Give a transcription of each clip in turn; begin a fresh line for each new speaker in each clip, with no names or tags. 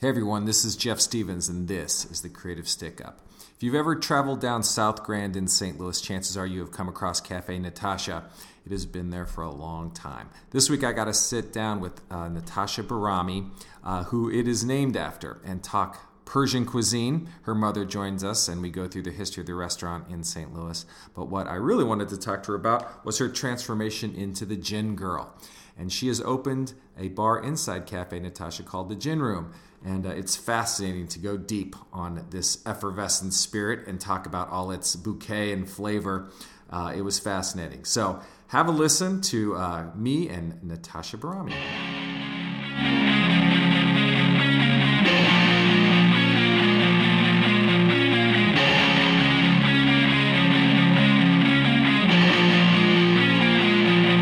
Hey everyone, this is Jeff Stevens, and this is the Creative Stick Up. If you've ever traveled down South Grand in St. Louis, chances are you have come across Cafe Natasha. It has been there for a long time. This week I got to sit down with uh, Natasha Barami, uh, who it is named after, and talk Persian cuisine. Her mother joins us, and we go through the history of the restaurant in St. Louis. But what I really wanted to talk to her about was her transformation into the gin girl. And she has opened a bar inside Cafe Natasha called the Gin Room. And uh, it's fascinating to go deep on this effervescent spirit and talk about all its bouquet and flavor. Uh, it was fascinating. So have a listen to uh, me and Natasha Barami.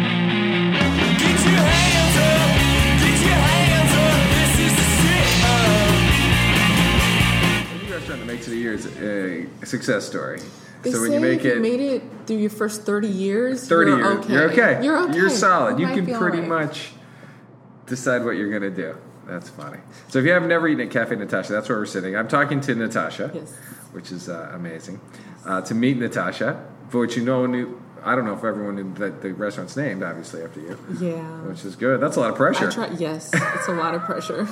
Get your hands up, get your hands up,
Any
this is the shit
restaurant that makes it a year is a success story.
They
so
say
when you make
if you
it
made it through your first 30 years,
30
you're
years,
okay.
you're okay.
You're okay.
You're solid. You
I
can
feel
pretty
alright.
much decide what you're going to do. That's funny. So if you have never eaten at Cafe Natasha, that's where we're sitting. I'm talking to Natasha,
Yes.
which is uh, amazing. Uh, to meet Natasha, for which you know knew. I don't know if everyone knew that the restaurant's named, obviously, after you,
Yeah.
which is good. That's a lot of pressure.
I try, yes, it's a lot of pressure.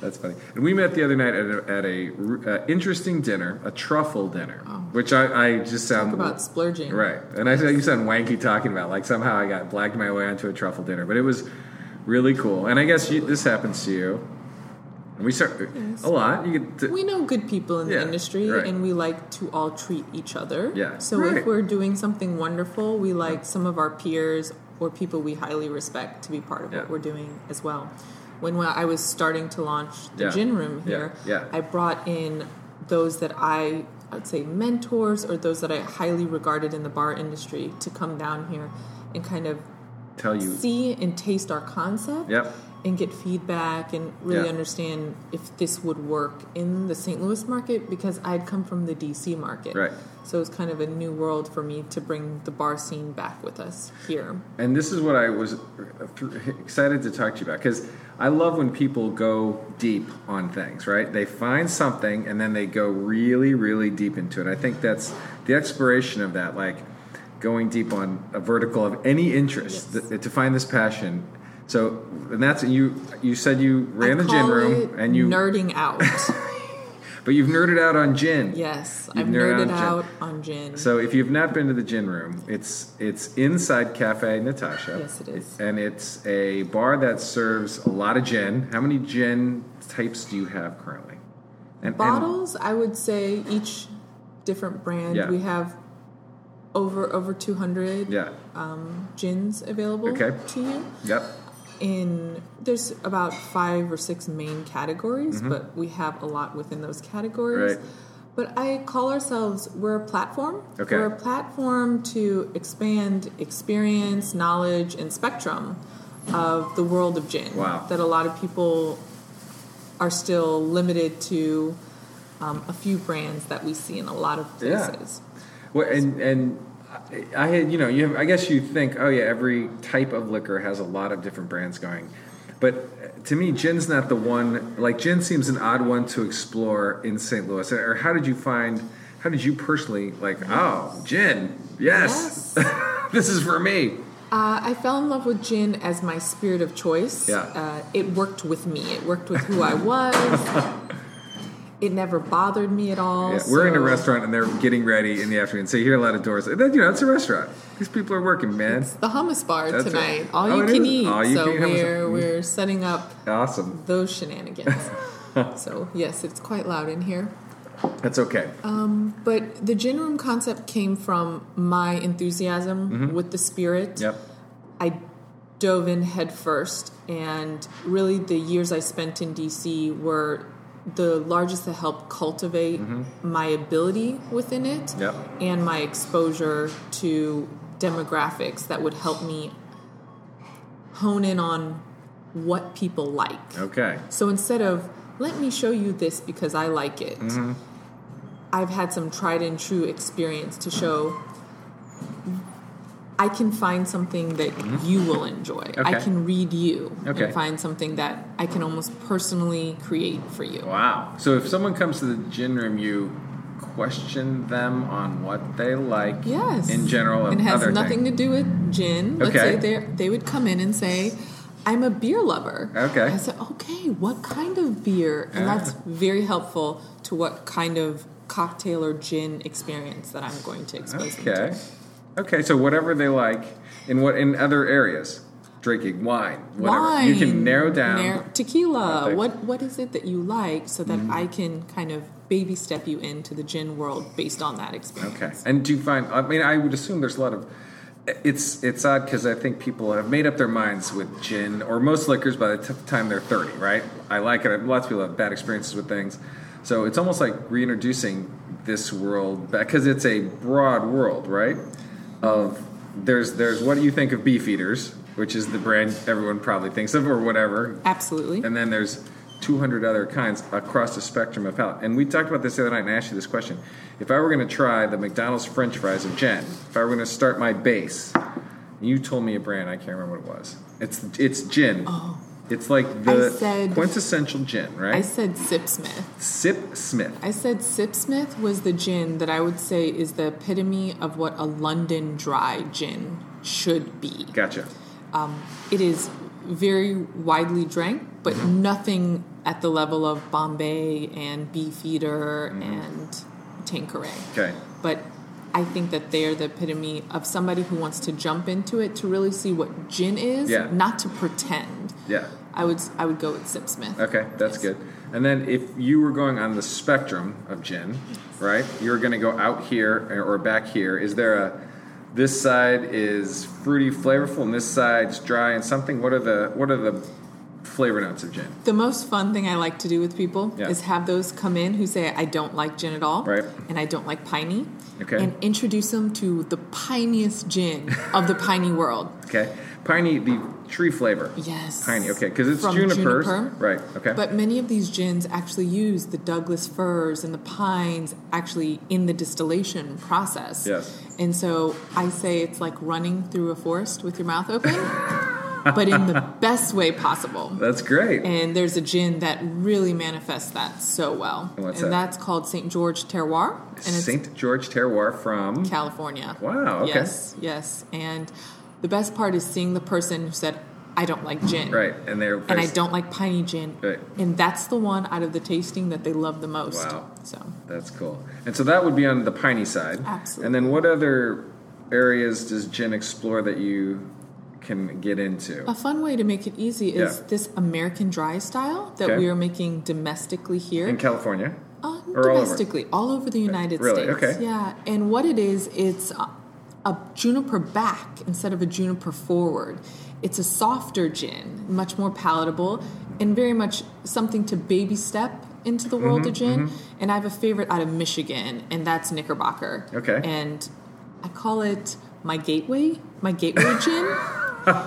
That's funny. And we met the other night at a, at a uh, interesting dinner, a truffle dinner, which I, I just sound
Oh. Talk about splurging.
right. And I said you sound wanky talking about like somehow I got blacked my way onto a truffle dinner, but it was really cool. And I guess you, this happens to you. And we start a lot. You get to,
We know good people in
Yeah,
the industry,
right.
and we like to all treat each other.
Yeah.
So
Right.
if we're doing something wonderful, we like some of our peers or people we highly respect to be part of
Yeah.
what we're doing as well. When wa- I was starting to launch the
Yeah.
gin room
Yeah.
here,
Yeah.
I brought in those that I I'd say mentors or those that I highly regarded in the bar industry to come down here and kind of
tell you
see and taste our concept
Yep.
and get feedback and really
Yeah.
understand if this would work in the St. Louis market because I'd come from the DC market.
Right.
So it's kind of a new world for me to bring the bar scene back with us here.
And this is what I was excited to talk to you about because I love when people go deep on things, right? They find something and then they go really, really deep into it. I think that's the exploration of that, like going deep on a vertical of any interest
Yes.
th- to find this passion. So, and that's you. You said you ran
I
the gin
call
room
it
and you,
nerding out.
but you've nerded out on gin.
yes,
You've
I've nerded
nerded out
out on gin.
So if you've not been to the gin room, it's it's inside Cafe Natasha.
Yes, it is.
And it's a bar that serves a lot of gin. How many gin types do you have currently? And, and-
Bottles, I would say each different brand
Yeah.
we have over over 200
yeah.
gins available
Okay.
to you.
Yep.
in there's about five or six main categories, but we have a lot within those categories.
Mm-hmm. Right.
But I call ourselves we're a platform.
Okay.
We're a platform to expand experience, knowledge, and spectrum of the world of gin.
Wow.
That a lot of people are still limited to um, a few brands that we see in a lot of
Yeah.
places.
Well, and and I- I had you know you have, I guess you think oh yeah every type of liquor has a lot of different brands going, but to me gin's not the one like gin seems an odd one to explore in St. Louis. Or how did you find? How did you personally like? Oh, gin. Yes, this is for me.
Uh, I fell in love with gin as my spirit of choice.
Yeah.
Uh, it worked with me. It worked with who I was. it never bothered me at all.
Yeah, we're in a
so-
restaurant and they're getting ready in the afternoon, so you hear a lot of doors. And then, you know, it's a restaurant. These people are working, man.
The hummus bar
That's
tonight.
right.
All
Oh,
you
it
can
is.
eat.
All you
so
can eat hummus. Mm-hmm.
we're we're setting up
Awesome.
those shenanigans. so yes, it's quite loud in here.
That's okay.
Oh. But the gin room concept came from my enthusiasm with the spirit.
Mm-hmm. yep.
I dove in headfirst, and really the years I spent in DC were the largest to help cultivate my ability within it
Yep.
and my exposure to demographics that would help me hone in on what people like.
Okay.
So instead of let me show you this because I like it,
Mm-hmm.
I've had some tried and true experience to show I can find something that you will enjoy. I
Mm-hmm. Okay.
can read you
Okay.
and find something that I can almost personally create for you.
Wow. So if someone comes to the gin room, you question them on what they like.
Yes.
In general,
It
and
has
other
nothing to do with gin. Let's
Okay.
say they they would come in and say, "I'm a beer lover."
Okay. Uh-huh.
I said, "Okay, what kind of beer?" And that's very helpful to what kind of cocktail or gin experience that I'm going to expose them to.
Okay. Okay. So whatever they like, in what in other areas, drinking wine, whatever
Wine.
you can narrow down.
narrow-
what they-
tequila. What what is it that you like so that
Mm-hmm.
I can kind of baby step you into the gin world based on that experience.
Okay. And do you find? I mean, I would assume there's a lot of. It's it's odd because I think people have made up their minds with gin or most liquors by the t- time they're 30, right? I like it. Lots of people have bad experiences with things, so it's almost like reintroducing this world because it's a broad world, right? Of there's there's what do you think of Beefeaters, which is the brand everyone probably thinks of or whatever,
Absolutely.
and then there's 200 other kinds across the spectrum of palate. And we talked about this the other night, and I asked you this question: If I were going to try the McDonald's French fries of Jen, if I were going to start my base, you told me a brand I can't remember what it was. It's it's gin. It's like the
Oh. I said-
quintessential gin, right?
I said Sip Smith.
Sip Smith.
I said Sip Smith was the gin that I would say is the epitome of what a London dry gin should be.
Gotcha.
It is very widely drank, but nothing at the level of Bombay and Beefeater and Tanqueray.
Mm-hmm. Okay.
But I think that they are the epitome of somebody who wants to jump into it to really see what gin is,
Yeah.
not to pretend.
Yeah.
I would I would go with Sip Smith.
Okay, that's
Yes.
good. And then if you were going on the spectrum of gin, right? You're going to go out here eh, or back here. Is there a this side is fruity, flavorful, and this side's dry and something? What are the what are the flavor notes of gin?
The most fun thing I like to do with people
Yeah.
is have those come in who say I don't like gin at all,
Right.
and I don't like piney,
Okay.
and introduce them to the piniest gin of the piney world.
Okay, piney, the tree flavor.
Yes.
piney. Okay, because it's
From
junipers,
juniper.
right? Okay,
But many of these gins actually use the Douglas firs and the pines actually in the distillation process.
Yes.
And so I say it's like running through a forest with your mouth open, but in the best way possible.
that's great.
And there's a gin that really manifests that so well.
And what's that?
that's called St. George Terroir. And it's
Saint George Terroir from
California.
Wow, okay.
Yes, yes. And the best part is seeing the person who said, I don't like gin.
right, and they're
And I don't like piney gin.
Right.
And that's the one out of the tasting that they love the most.
Wow.
So
That's cool. And so that would be on the piney side.
Absolutely.
And then what other areas does gin explore that you can get into?
a fun way to make it easy is
Yeah.
this American dry style that
Okay.
we are making domestically here.
In California?
Uh,
Or all over?
domestically, all over? the United
Really?
States.
Okay.
Yeah, and what it is, it's a, a juniper back instead of a juniper forward. It's a softer gin, much more palatable, and very much something to baby step into the
Mm-hmm,
world of gin. And I have a favorite out of Michigan, and that's Knickerbocker.
Okay.
And I call it my gateway, my gateway gin.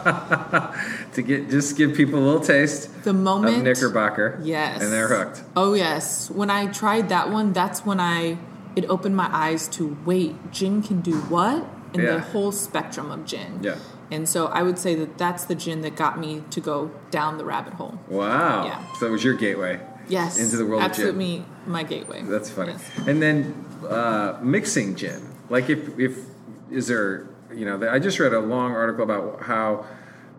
To get just give people a little taste
The
of
moment
Knickerbocker.
Yes.
And they're hooked.
Oh yes. When I tried that one, that's when I it opened my eyes to wait, gin can do what? And
Yeah.
the whole spectrum of gin.
Yeah.
And so I would say that that's the gin that got me to go down the rabbit hole.
Wow.
Yeah.
So that was your gateway.
Yes.
Into the world of gin.
Absolutely my gateway.
That's funny.
Yes.
And then uh, mixing gin. Like if if is there you know I just read a long article about how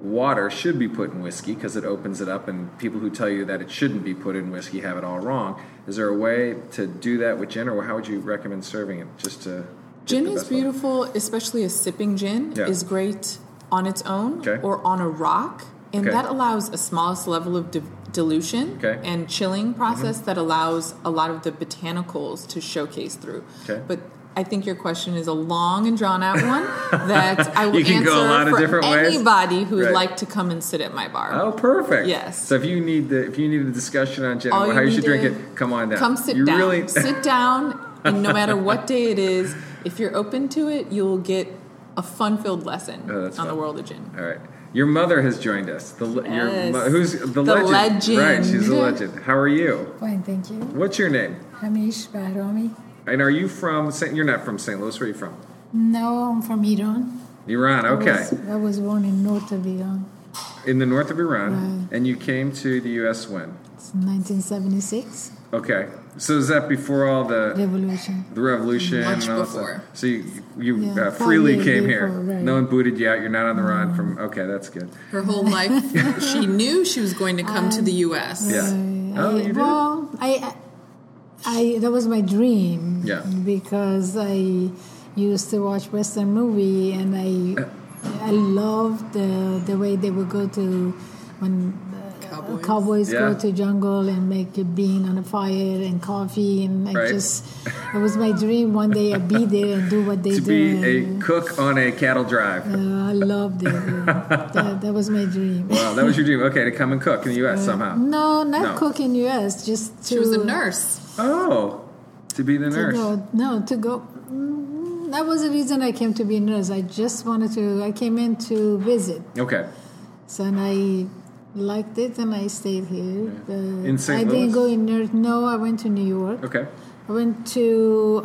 water should be put in whiskey because it opens it up, and people who tell you that it shouldn't be put in whiskey have it all wrong. Is there a way to do that with gin, or how would you recommend serving it? Just to get
Gin
the
is
best level?
beautiful, especially a sipping gin
Yeah.
is great on its own
Okay.
or on a rock, and
Okay.
that allows a smallest level of di- dilution
Okay. Mm-hmm.
and chilling process that allows a lot of the botanicals to showcase through.
Okay.
But I think your question is a long and drawn out one that I will
You can
answer
go a lot of
for
different ways.
anybody who would
Right.
like to come and sit at my bar.
Oh, perfect!
Yes.
So if you need the if you need a discussion on gin,
All
or
you
how you
need
should drink
to-
it, come on down.
Come sit
you
down.
Really,
sit down, and no matter what day it is, if you're open to it, you'll get a fun-filled lesson
Oh, that's
on the
fun.
world of gin.
All right. Your mother has joined us. The le- your
Yes.
mo- who's the,
The
legend.
legend.
Right, she's the legend. How are you?
Fine, thank you.
What's your name?
Hamish Bahromi.
And are you from St. You're not from St. Louis. Where are you from?
No, I'm from Iran.
Iran. Okay,
I was, I was born in North of Iran.
in the north of Iran,
Right.
and you came to the U.S. when?
It's 1976
Okay, so is that before all the
revolution.
the revolution?
Much
and all that
before.
stuff? So you you
Yeah,
uh,
five
freely
years
came here.
before, right.
No one booted you out. You're not on the run from. Okay, that's good.
Her whole life, she knew she was going to come to the U.S.
Um, Yeah.
I,
Oh, you did?
well, I, I, that was my dream.
Yeah.
Because I used to watch Western movie and I, I loved the the way they would go to when. uh,
Cowboys.
Cowboys
Yeah.
go to jungle and make a bean on a fire and coffee and I
Right.
just it was my dream one day I'd be there and do what they
to
do.
be a
and,
cook on a cattle drive.
uh, I loved it. yeah. that, that was my dream.
Wow, that was your dream. Okay, to come and cook in the U.S. somehow.
No, not
No.
cook in U.S. Just to,
She was a nurse.
Oh, to be the
to
nurse.
go- no, to go. mm, That was the reason I came to be a nurse. I just wanted to. I came in to visit,
Okay,
so and I liked it, and I stayed here. Uh,
In St.
I didn't
Louis?
go in nurse. No, I went to New York.
okay.
I went to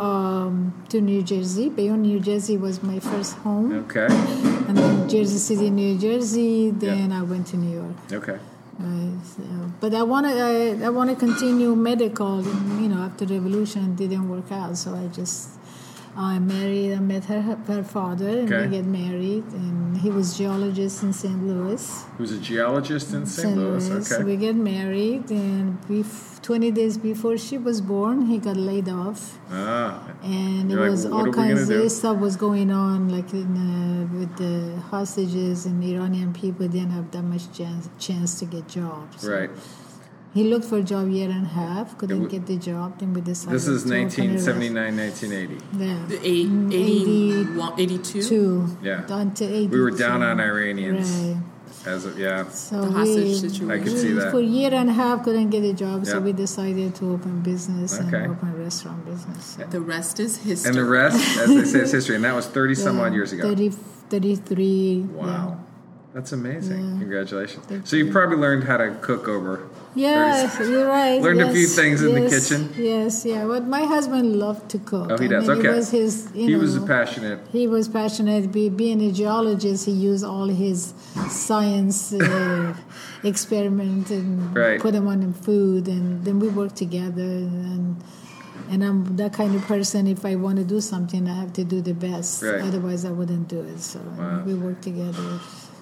um, to New Jersey. Bayonne, New Jersey was my first home,
Okay.
and then Jersey City, New Jersey. Then I went to New York.
Okay.
Right, so- but I want to I, I want to continue medical. And, you know, after revolution it didn't work out, so I just I married. I met her her father, and
Okay.
we get married. And he was geologist in St. Louis.
He was a geologist in St. Louis. Okay.
We get married, and bef- twenty days before she was born, he got laid off
ah,
and
You're
it
like,
was
"What are
all
we gonna
kinds
do?"
of stuff was going on, like in, uh, with the hostages and Iranian people didn't have that much chance, chance to get jobs.
right.
He looked for a job year and a half, couldn't
w-
get the job. Then we decided.
This is
to open a
1979, 1980.
restaurant.
The
Yeah.
eight,
Mm,
81, 82?
Two.
Yeah.
Down to eighty.
We were down on Iranians
Right.
as of, yeah.
So
The hostage
we,
situation.
I could see
we-
that.
For a year and a half, couldn't get a job, so
Yeah.
we decided to open business
Okay.
and open restaurant business.
The rest is
And the
history.
rest, as they say, is history. And that was 30 some
Yeah,
odd years ago.
30, 33. yeah.
Wow. That's amazing.
Yeah.
Congratulations.
Thank
so you probably learned how to cook over.
Yes, you're right.
Learned a few
yes,
things in the
yes,
kitchen.
Yes, yeah. But my husband loved to cook.
Oh, he
I
does.
mean,
okay.
It was his, you
he
know,
was a passionate.
He was passionate. Be, being a geologist, he used all his science uh, experiment and
Right.
put them on the food, and then we worked together. And and I'm that kind of person. If I want to do something, I have to do the best.
Right.
Otherwise, I wouldn't do it. So
Wow.
we worked together.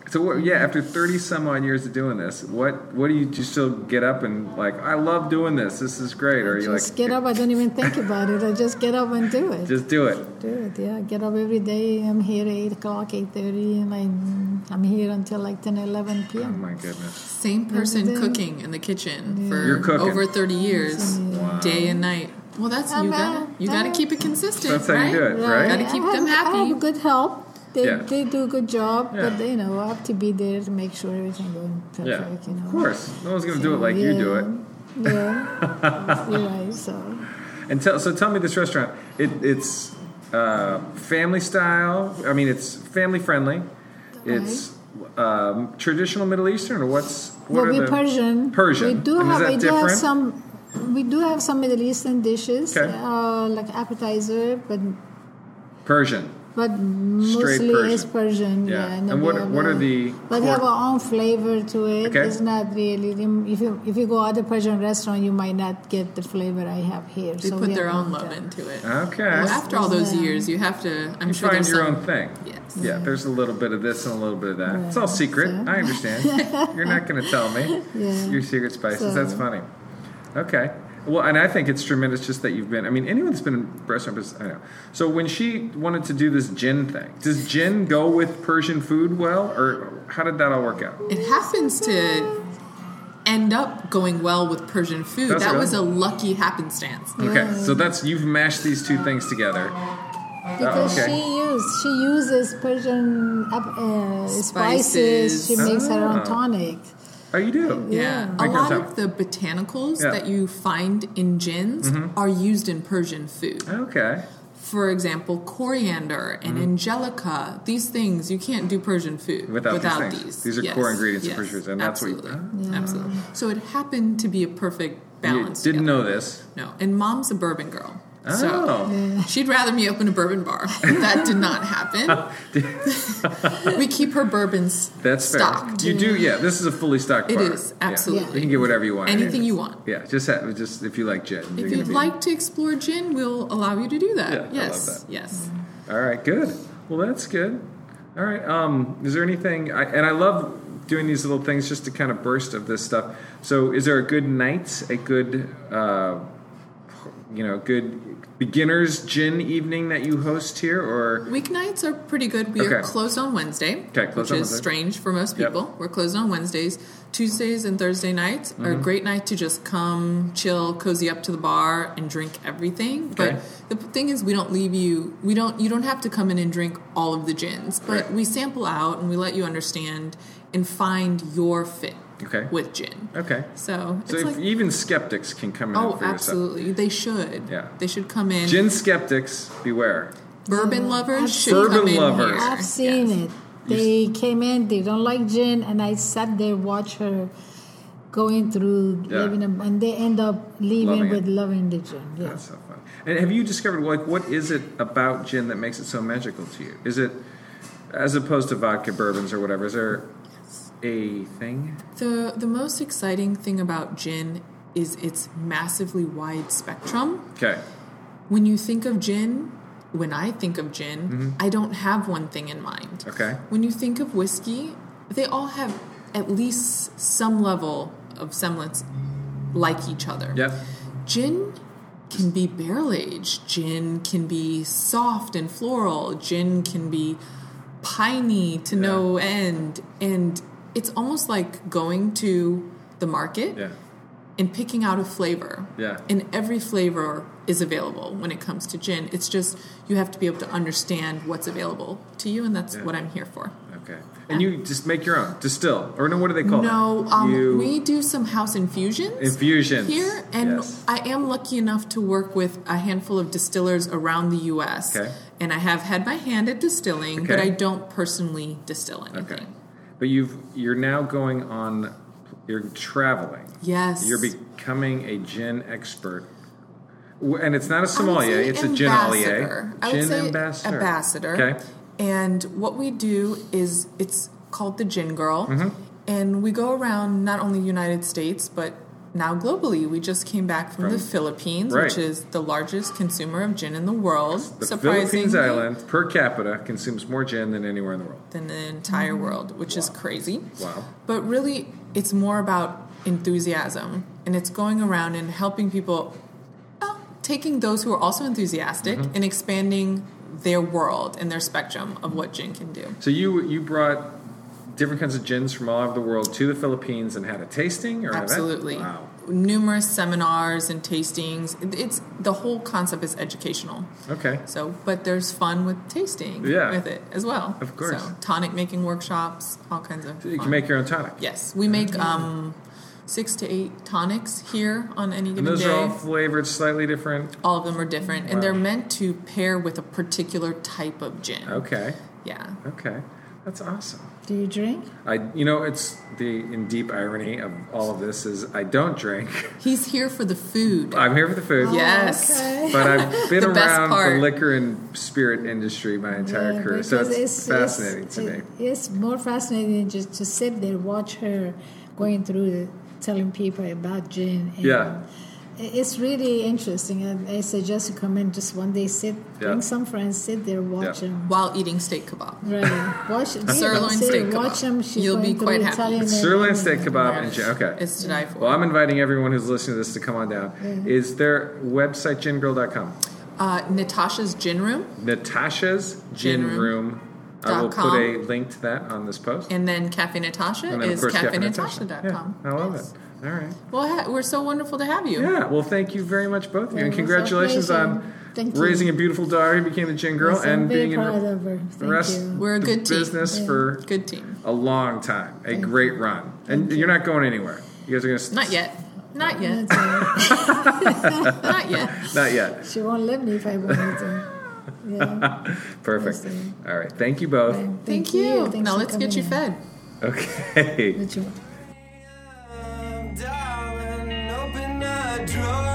So what, yeah, after 30 some odd years of doing this, what what do you, do you still get up and like, I love doing this. This is great. Or are you
Just
like,
get up. I don't even think about it. I just get up and do it.
just do it.
do it. Yeah, get up every day. I'm here at eight o'clock, eight thirty, and I'm I'm here until like 10, 11
Oh
p.m.
my goodness.
Same person
Everything.
cooking in the kitchen
You're
for
cooking.
over 30 years,
Wow.
day and night. Well, that's you
I'm
gotta
out.
you gotta
I'm
keep it consistent,
That's how
right?
you do it, right?
Gotta keep
I
them
have- I
happy.
have good help. They
Yeah.
they do a good job,
Yeah.
but you know I have to be there to make sure everything going
Yeah,
perfect. You know,
of course. No one's going to do it like you do it.
Yeah, yeah. You're right. So
And tell, so tell me this restaurant. It, it's uh, family style. I mean, it's family friendly. It's um, traditional Middle Eastern, or what's what
well,
are
we
the
Persian.
Persian.
We do
And
have.
Is that
we do
different?
have some. We do have some Middle Eastern dishes,
Okay.
uh, like appetizer, but
Persian.
But mostly it's Persian.
Yeah.
Yeah.
And
then
what-
we have
what are
a-
the
But
core-
have our own flavor to it.
Okay.
It's not really. If you if you go other Persian restaurant, you might not get the flavor I have here.
They
so
put
we
their
have
own
that.
love into it.
Okay.
Well, after all those
Yeah.
years, you have to. I'm
you
sure
find
there's
your
some-
own thing.
Yes.
Yeah. There's a little bit of this and a little bit of that. It's all secret.
Yeah.
I understand. You're not going to tell me
Yeah.
your secret spices.
So-
That's funny. Okay. Well, and I think it's tremendous just that you've been. I mean, anyone that's been in restaurant business, I know. So when she wanted to do this gin thing, does gin go with Persian food well, or how did that all work out?
It happens to end up going well with Persian food.
That's
that
good.
was a lucky happenstance.
Okay. So that's you've mashed these two things together.
Because
Oh, okay.
she used she uses Persian app- uh,
Spices.
spices. She makes her
Ah.
own tonic.
Oh, you do.
Yeah.
Yeah.
A lot
Because, uh,
of the botanicals
Yeah. Mm-hmm.
that you find in gins are used in Persian food.
Okay.
For example, coriander
Mm-hmm.
and angelica, these things, you can't do Persian food
Without
without,
these things.
these.
These are
Yes,
core ingredients of
yes,
Persian food, and that's what you- Ah.
absolutely. Absolutely. So it happened to be a perfect
You
balance.
didn't
together.
know this.
No. And mom's a bourbon girl. So
Oh.
she'd rather me open a bourbon bar. That did not happen. we keep her bourbons
That's fair.
stocked.
You do, yeah. This is a fully stocked
It
bar.
is,
Yeah.
absolutely.
You can get whatever you want.
Anything
Yeah.
you want.
Yeah, just have, just if you like gin. you're
If
gonna
you'd
be-
like to explore gin, we'll allow you to do that.
Yeah, I love
yes,
that.
yes.
All right, good. Well, that's good. All right. Um, is there anything? I, and I love doing these little things just to kind of burst of this stuff. So, is there a good night, a good, uh, you know, good beginners gin evening that you host here, or
Weeknights are pretty good. We are
Okay.
closed on Wednesday,
Okay, closed
which
on
is
Wednesday.
strange for most
Yep.
people. We're closed on Wednesdays. Tuesdays and Thursday nights are
Mm-hmm.
a great night to just come, chill, cozy up to the bar, and drink everything.
Okay.
But the p- thing is, we don't leave you. We don't. You don't have to come in and drink all of the gins, but
Right.
we sample out and we let you understand and find your fit
Okay.
with gin.
okay?
So it's
So, if
like,
even skeptics can come in and
oh,
figure this out.
absolutely, they should.
Yeah.
they should come in.
Gin skeptics, beware.
Bourbon lovers should
Bourbon
come in
lovers.
here.
I've seen
Yes.
it. They came in, they don't like gin, and I sat there, watch her going through,
Yeah.
leaving them, and they end up leaving
Loving it.
with loving the gin.
That's
Yes.
so fun. And have you discovered like what is it about gin that makes it so magical to you? Is it as opposed to vodka bourbons or whatever? Is there a thing?
The the most exciting thing about gin is its massively wide spectrum.
Okay.
When you think of gin, when I think of gin, I don't have one thing in mind.
Mm-hmm. Okay.
When you think of whiskey, they all have at least some level of semblance like each other.
Yep.
Gin can be barrel aged. Gin can be soft and floral. Gin can be piney to no end. And it's almost like going to the market
Yeah.
and picking out a flavor.
Yeah.
And every flavor is available when it comes to gin. It's just you have to be able to understand what's available to you, and that's what I'm here for.
Okay. And you just make your own distill or no? What do they call
No,
that?
um,
You-
we do some house infusions.
Infusions.
here, and
Yes.
I am lucky enough to work with a handful of distillers around the U.S.
Okay.
And I have had my hand at distilling, but
Okay.
I don't personally distill anything.
Okay. But you've you're now going on. You're traveling.
Yes,
You're becoming a gin expert. W- And it's not a
I would
sommelier,
say
it's a gin
ambassador.
allier.
I would
Gin
say
ambassador.
ambassador.
Okay.
And what we do is it's called the Gin Girl,
Mm-hmm.
and we go around not only United States but now globally. We just came back from, the Philippines,
right.
which is the largest consumer of gin in the world.
The
surprisingly,
Philippines island per capita consumes more gin than anywhere in the world.
than the entire world, which is crazy.
Mm-hmm. Wow.
But really, it's more about enthusiasm, and it's going around and helping people, well, taking those who are also enthusiastic
Mm-hmm.
and expanding their world and their spectrum of what gin can do.
So you you brought different kinds of gins from all over the world to the Philippines and had a tasting or an event?
Absolutely.
Wow.
Numerous seminars and tastings. It- It's the whole concept is educational.
Okay.
So, but there's fun with tasting
Yeah.
with it as well.
Of course.
So, tonic making workshops, all kinds of.
You can
fun.
make your own tonic.
Yes, we make um, six to eight tonics here on any
And
given
those
day.
are all flavored slightly different.
All of them are different, and they're meant to pair with a particular type of gin.
Okay.
Yeah.
Okay. That's awesome.
Do you drink?
I you know it's the in deep irony of all of this is I don't drink.
He's here for the food.
I'm here for the food.
yes.
Oh, Okay.
But I've been
The best
around the
part.
liquor and spirit industry my entire
Yeah,
career, so
because
it's, fascinating
it's-
to me.
it- It's more fascinating just to sit there, watch her going through, the, telling people about gin. And
Yeah.
i- It's really interesting. And I suggest you come in just one day, sit,
Yeah.
bring some friends, sit there, watch
Yeah.
them.
While eating steak kebab.
Right. Watch yeah,
Sirloin
sit,
steak
Watch
kebab.
them. She's
You'll be
going through
quite happy.
Italian and
Sirloin
everything.
steak kebab and gin. Okay.
It's to die for.
Well, I'm inviting everyone who's listening to this to come on down. Is their website gingirl.com?
uh, Natasha's Gin Room
Natasha's Gin
Gin
Room. I will
dot com.
put a link to that on this post.
and then Cafe Natasha
And then, of
is
course,
cafenatasha.com.
Yeah, I love
Yes.
it. All right.
Well, ha- we're so wonderful to have you.
Yeah. Well, thank you very much, both of you.
Well,
And
it was a
congratulations
pleasure.
on
Thank you.
raising a beautiful daughter who became a gin girl
Yes, I'm
and
very
being in
proud of her.
the
Thank
rest
you.
We're a
the
good team.
business for
Good team.
a long time, a great run. And you're not going anywhere. You guys are going to.
Not yet. Not yet.
That's it.
Not yet.
Not yet.
She won't leave me if I wanted to. Yeah.
Perfect.
Yes,
All right. Thank you both.
Thank,
Thank you.
Thanks
Now
for
let's get you fed.
coming in.
Okay.
What you want?
Darling, open the drawer.